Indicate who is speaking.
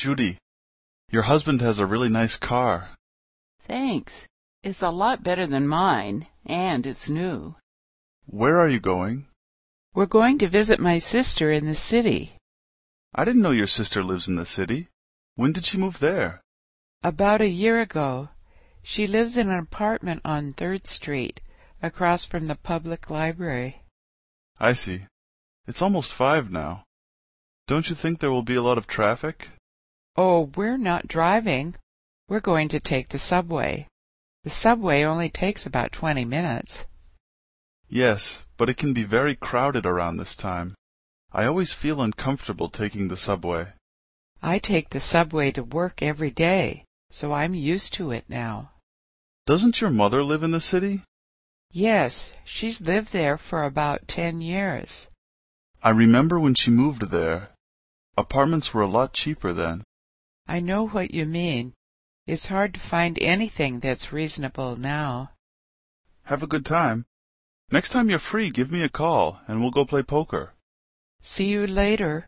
Speaker 1: Judy, your husband has a really nice car.
Speaker 2: Thanks. It's a lot better than mine, and it's new.
Speaker 1: Where are you going?
Speaker 2: We're going to visit my sister in the city.
Speaker 1: I didn't know your sister lives in the city. When did she move there?
Speaker 2: About a year ago, she lives in an apartment on Third Street, across from the public library.
Speaker 1: I see. It's almost five now. Don't you think there will be a lot of traffic?
Speaker 2: Oh, we're not driving. We're going to take the subway. The subway only takes about twenty minutes.
Speaker 1: Yes, but it can be very crowded around this time. I always feel uncomfortable taking the subway.
Speaker 2: I take the subway to work every day, so I'm used to it now.
Speaker 1: Doesn't your mother live in the city?
Speaker 2: Yes, she's lived there for about ten years.
Speaker 1: I remember when she moved there. Apartments were a lot cheaper then.
Speaker 2: I know what you mean. It's hard to find anything that's reasonable now.
Speaker 1: Have a good time. Next time you're free, give me a call and we'll go play poker.
Speaker 2: See you later.